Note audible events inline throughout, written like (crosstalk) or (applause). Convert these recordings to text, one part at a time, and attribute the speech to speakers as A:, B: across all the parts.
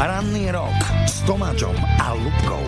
A: Ranný rok s Tomáčom a Lubkou.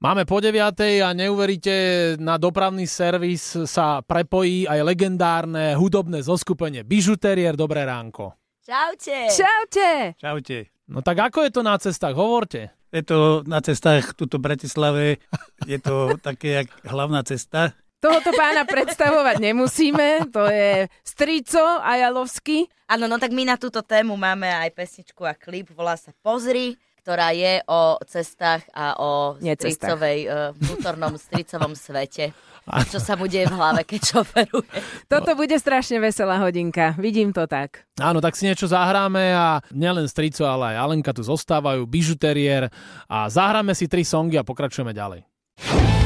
B: Máme po 9. a neuveríte, na dopravný servis sa prepojí aj legendárne hudobné zoskupenie Bižuterier. Dobré ránko.
C: Čaute.
D: Čaute!
E: Čaute.
B: No tak ako je to na cestách? Hovorte.
E: Je to na cestách tuto v Bratislave, je to také jak hlavná cesta.
D: Tohoto pána predstavovať nemusíme, to je Strico Ajalovský.
C: Áno, no tak my na túto tému máme aj pesničku a klip, volá sa Pozri, ktorá je o cestách a o
D: Nie cestách.
C: stricovej, eh, vnútornom stricovom
D: (laughs)
C: svete. Čo sa mu deje v hlave, keď šoferuje.
D: Toto bude strašne veselá hodinka, vidím to tak.
B: Áno, tak si niečo zahráme a nielen Strico, ale aj Alenka tu zostávajú, Bižuterier a zahráme si tri songy a pokračujeme ďalej.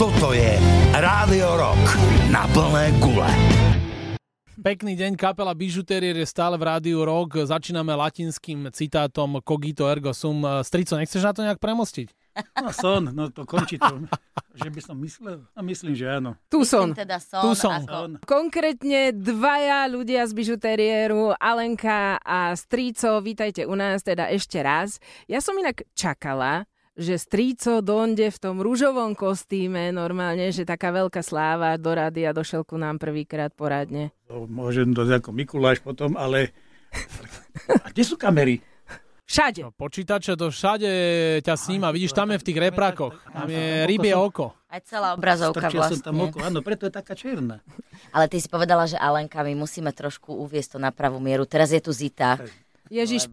A: Toto je Rádio Rock na plné gule.
B: Pekný deň, kapela Bižuterier je stále v rádiu Rock. Začíname latinským citátom Cogito ergo sum. Strico, nechceš na to nejak premostiť?
E: No son, no to končí to. Že by som myslel? No myslím, že áno.
D: Tu som.
C: Myslím Teda son,
B: Tu som.
C: Ako...
E: Son.
D: Konkrétne dvaja ľudia z bižuteriéru, Alenka a Stríco, vítajte u nás teda ešte raz. Ja som inak čakala, že Stríco donde v tom rúžovom kostýme normálne, že taká veľká sláva do rady a došel ku nám prvýkrát poradne.
E: To No, môžem dosť ako Mikuláš potom, ale... A kde sú kamery?
D: Všade.
B: No, počítače to všade ťa sníma, vidíš, tam je v tých reprákoch, tam je rybie oko.
C: Aj celá obrazovka
E: Strčil som
C: vlastne.
E: tam oko, áno, preto je taká čierna.
C: Ale ty si povedala, že Alenka, my musíme trošku uviesť to na pravú mieru. Teraz je tu Zita. Lebo
D: Ježiš,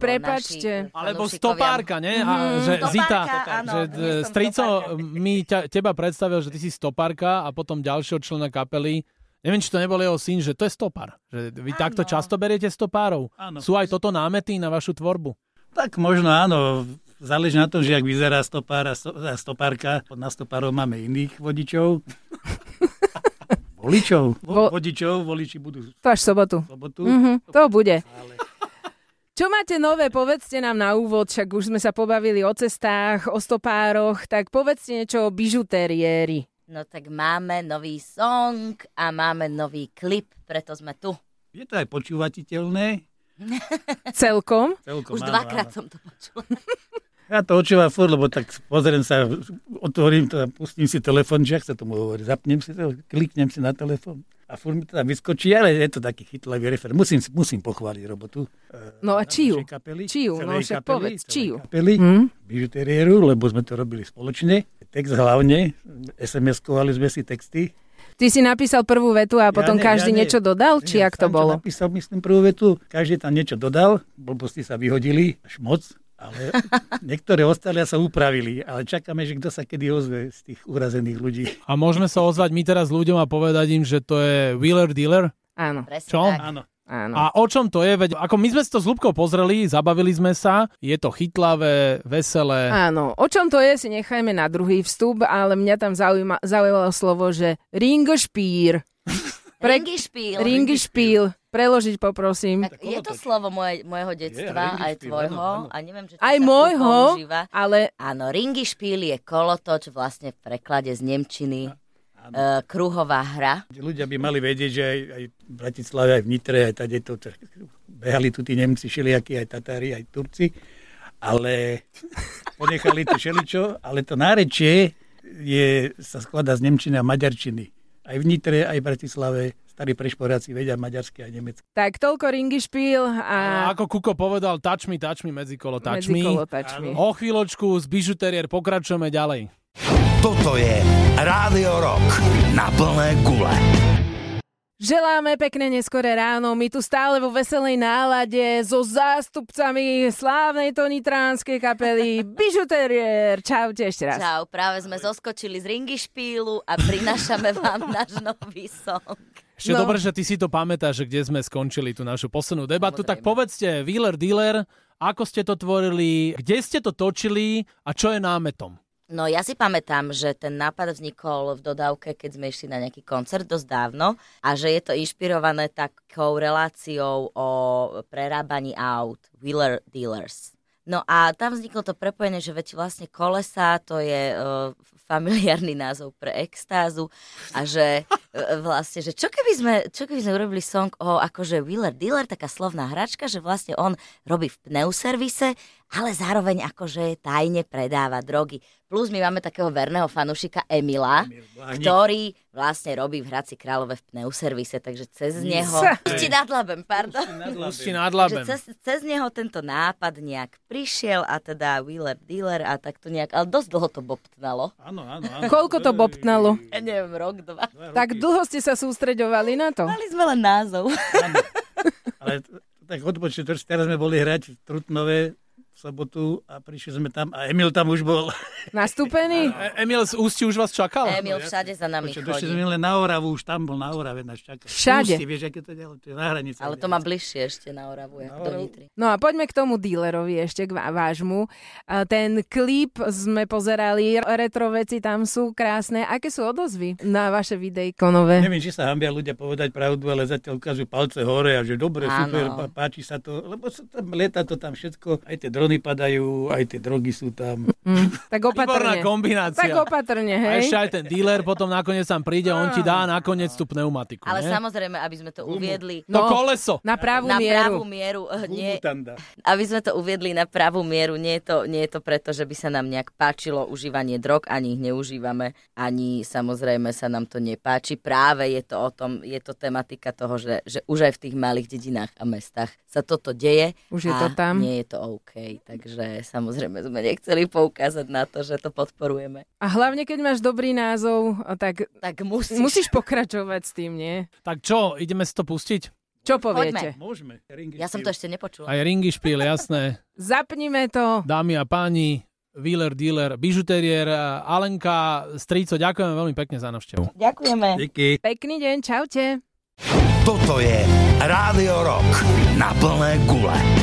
C: naši
D: prepačte.
C: e,
B: Alebo
C: fanúšikovia-
B: stopárka, nie? A, že
C: Mhm, Stopárka,
B: Zita,
C: áno,
B: že
C: nie som
B: strico
C: stopárka.
B: mi ťa, teba predstavil, že ty si stopárka a potom ďalšieho člena kapely. Neviem, či to nebol jeho syn, že to je stopár. Že vy takto často beriete stopárov.
E: Áno.
B: Sú aj toto námety na vašu tvorbu.
E: Tak možno áno, záleží na tom, že ak vyzerá stopár a, sto, a stopárka. Na stopárov máme iných
D: (laughs)
E: vodičov. Voličov. Vo,
D: Vo-
E: vodičov, voliči budú v
D: To až v sobotu.
E: sobotu.
D: Mhm, to bude. Čo máte nové, povedzte nám na úvod, však už sme sa pobavili o cestách, o stopároch, tak povedzte niečo o bižuteriéri.
C: No tak máme nový song a máme nový klip, preto sme tu.
E: Je to aj počúvatiteľné.
D: Celkom?
E: Celkom,
C: Už
E: áno,
C: dvakrát
E: áno.
C: som to počula.
E: Ja to očúvam furt, lebo tak pozriem sa, otvorím to a pustím si telefon, že ak sa tomu hovorí, zapnem si to, kliknem si na telefon. A furt mi to tam vyskočí, ale je to taký chytlavý refer. Musím, si- musím pochváliť robotu. e,
D: No a
E: našej
D: čiu?
E: Kapely,
D: Čiu, no
E: celej
D: však
E: kapely,
D: povedz, Hm?
E: celej
D: čiu?
E: Kapely, bižuteriéru, lebo sme to robili spoločne. Text hlavne, SMS-kovali sme si texty.
D: Ty si napísal prvú vetu a potom
E: nie,
D: každý
E: nie.
D: niečo dodal, či
E: Nie,
D: jak to
E: Sancho
D: bolo?
E: Napísal, myslím, prvú vetu, každý tam niečo dodal, blbosti sa vyhodili, až moc,
D: (laughs)
E: ale niektoré ostalia sa upravili, ale čakáme, že kto sa kedy ozve z tých urazených ľudí.
B: A môžeme sa ozvať my teraz ľuďom a povedať im, že to je Wheeler Dealer.
D: Áno,
C: Presne
B: Čo?
C: tak.
E: Áno,
D: áno.
B: A o čom to je? Veď ako my sme si to s Lubkou pozreli, zabavili sme sa, je to chytlavé, veselé.
D: Áno, o čom to je, si nechajme na druhý vstup, ale mňa tam zaujíma, zaujalo slovo, že ringošpír. Pre-
C: Ringy špíl.
D: Ringošpíl. Preložiť poprosím.
C: Tak je to slovo moje, mojho detstva,
E: ringy
C: aj
E: špíl, áno,
C: tvojho,
E: áno.
C: a neviem, že či
D: Aj
C: sa tu
D: môjho,
C: používa.
D: ale
C: Áno, ringy špíl je kolotoč vlastne v preklade z Nemčiny. E, kruhová hra.
E: ľudia by mali vedieť, že aj, aj v Bratislave, aj v Nitre, aj tady to, tak behali tu tí Nemci, šeliakí, aj Tatári, aj Turci, ale ponechali to šeličo, ale to nárečie je, sa skladá z Nemčiny a Maďarčiny. Aj v Nitre, aj v Bratislave, starí prešporáci vedia maďarsky a nemecky.
D: tak toľko ringišpíl a...
B: Ako Kuko povedal, touch me, touch me, medzi kolo, touch
D: medzi
B: me.
D: kolotačmi.
B: O chvíľočku z bižuterier pokračujeme ďalej.
A: Toto je Rádio Rock na plné gule.
D: Želáme pekné neskoré ráno, my tu stále vo veselej nálade so zástupcami slávnej tonitránskej kapely Bižuterier. Čaute ešte raz.
C: Čau, práve sme zoskočili z ringy špílu a prinašame vám náš nový song.
B: Ešte
D: No.
B: dobre, že ty si to pamätáš, že kde sme skončili tú našu poslednú debatu. Tak
C: Samozrejme.
B: povedzte, Wheeler Dealer, ako ste to tvorili, kde ste to točili a čo je námetom?
C: No ja si pamätám, že ten nápad vznikol v dodávke, keď sme išli na nejaký koncert dosť dávno a že je to inšpirované takou reláciou o prerábaní aut, wheeler dealers. No a tam vzniklo to prepojenie, že veď vlastne kolesa to je uh, familiárny názov pre extázu a že e, vlastne, že čo keby, sme, čo keby sme urobili song o akože Wheeler Dealer, taká slovná hračka, že vlastne on robí v pneuservise a ale zároveň akože tajne predáva drogy. Plus my máme takého verného fanušika Emila,
E: Emil Blánik.
C: ktorý vlastne robí v Hradci Králové v pneuservise, takže cez neho... Pusti nad labem, pardon.
B: Pusti nad
C: Že
B: labem.
C: cez, cez neho tento nápad nejak prišiel a teda Wheeler Dealer a tak to nejak, ale dosť dlho to bobtnalo.
E: Áno, áno, áno.
D: Koľko to bobtnalo?
C: Ja neviem, rok, dva.
E: No.
D: Tak dlho ste sa sústreďovali na to?
C: Mali sme len názov.
E: Ale t- tak odbočne, to, že teraz sme boli hrať v Trutnove v sobotu a prišli sme tam a Emil tam už bol.
D: Nastúpení?
B: E- Emil z Ústí už vás čakal?
C: Emil všade za nami
E: Čo, došli
C: chodí.
E: sme len na Oravu, už tam bol na Orave nás čakal.
D: Všade.
E: Ústi, vieš, aké to ďalej, to je na hranici.
C: Ale to má bližšie ešte na Oravu, ako do Nitry.
D: No a poďme k tomu dílerovi ešte, k vá- vášmu. A Ten klip sme pozerali, retro veci tam sú krásne. Aké sú odozvy na vaše videjko nové?
E: Neviem, či sa hambia ľudia povedať pravdu, ale zatiaľ ukazujú palce hore a že dobre,
C: Áno.
E: super, pá, páči sa to, lebo sa tam, lieta to tam všetko, aj tie drony padajú, aj tie drogy sú tam.
D: Hm, tak
B: Výborná
D: opatrne.
B: kombinácia.
D: Tak opatrne,
B: A
D: hej?
B: ešte aj ten dealer potom nakoniec tam príde, on ti dá nakoniec tú pneumatiku.
C: Ale
B: nie?
C: samozrejme, aby sme to uviedli
B: To
D: No.
B: koleso.
D: (laughs) Na právú
C: na pravú
D: mieru.
C: mieru, eh, nie,
E: Gumutanda.
C: aby sme to uviedli na pravú mieru, nie je, to, nie je to preto, že by sa nám nejak páčilo užívanie drog, ani ich neužívame, ani samozrejme sa nám to nepáči. Práve je to o tom, je to tematika toho, že, že už aj v tých malých dedinách a mestách sa toto deje.
D: Už je
C: a
D: to tam.
C: nie je to OK, takže samozrejme sme nechceli poukázať na to, že to podporujeme.
D: A hlavne, keď máš dobrý názov, tak
C: Tak musíš.
D: musíš pokračovať s tým, nie?
B: Tak čo, ideme si to pustiť?
D: Čo poviete?
E: Môžeme. Ringy
C: Ja som to ešte nepočula.
B: Aj ringy špíl, jasné.
D: Zapnime to.
B: Dámy a páni, Wheeler Dealer, bižuterier, Alenka, Strico, ďakujeme veľmi pekne za návštevu.
C: Ďakujeme.
E: Díky.
D: Pekný deň, čaute.
A: Toto je Rádio Rock na plné gule.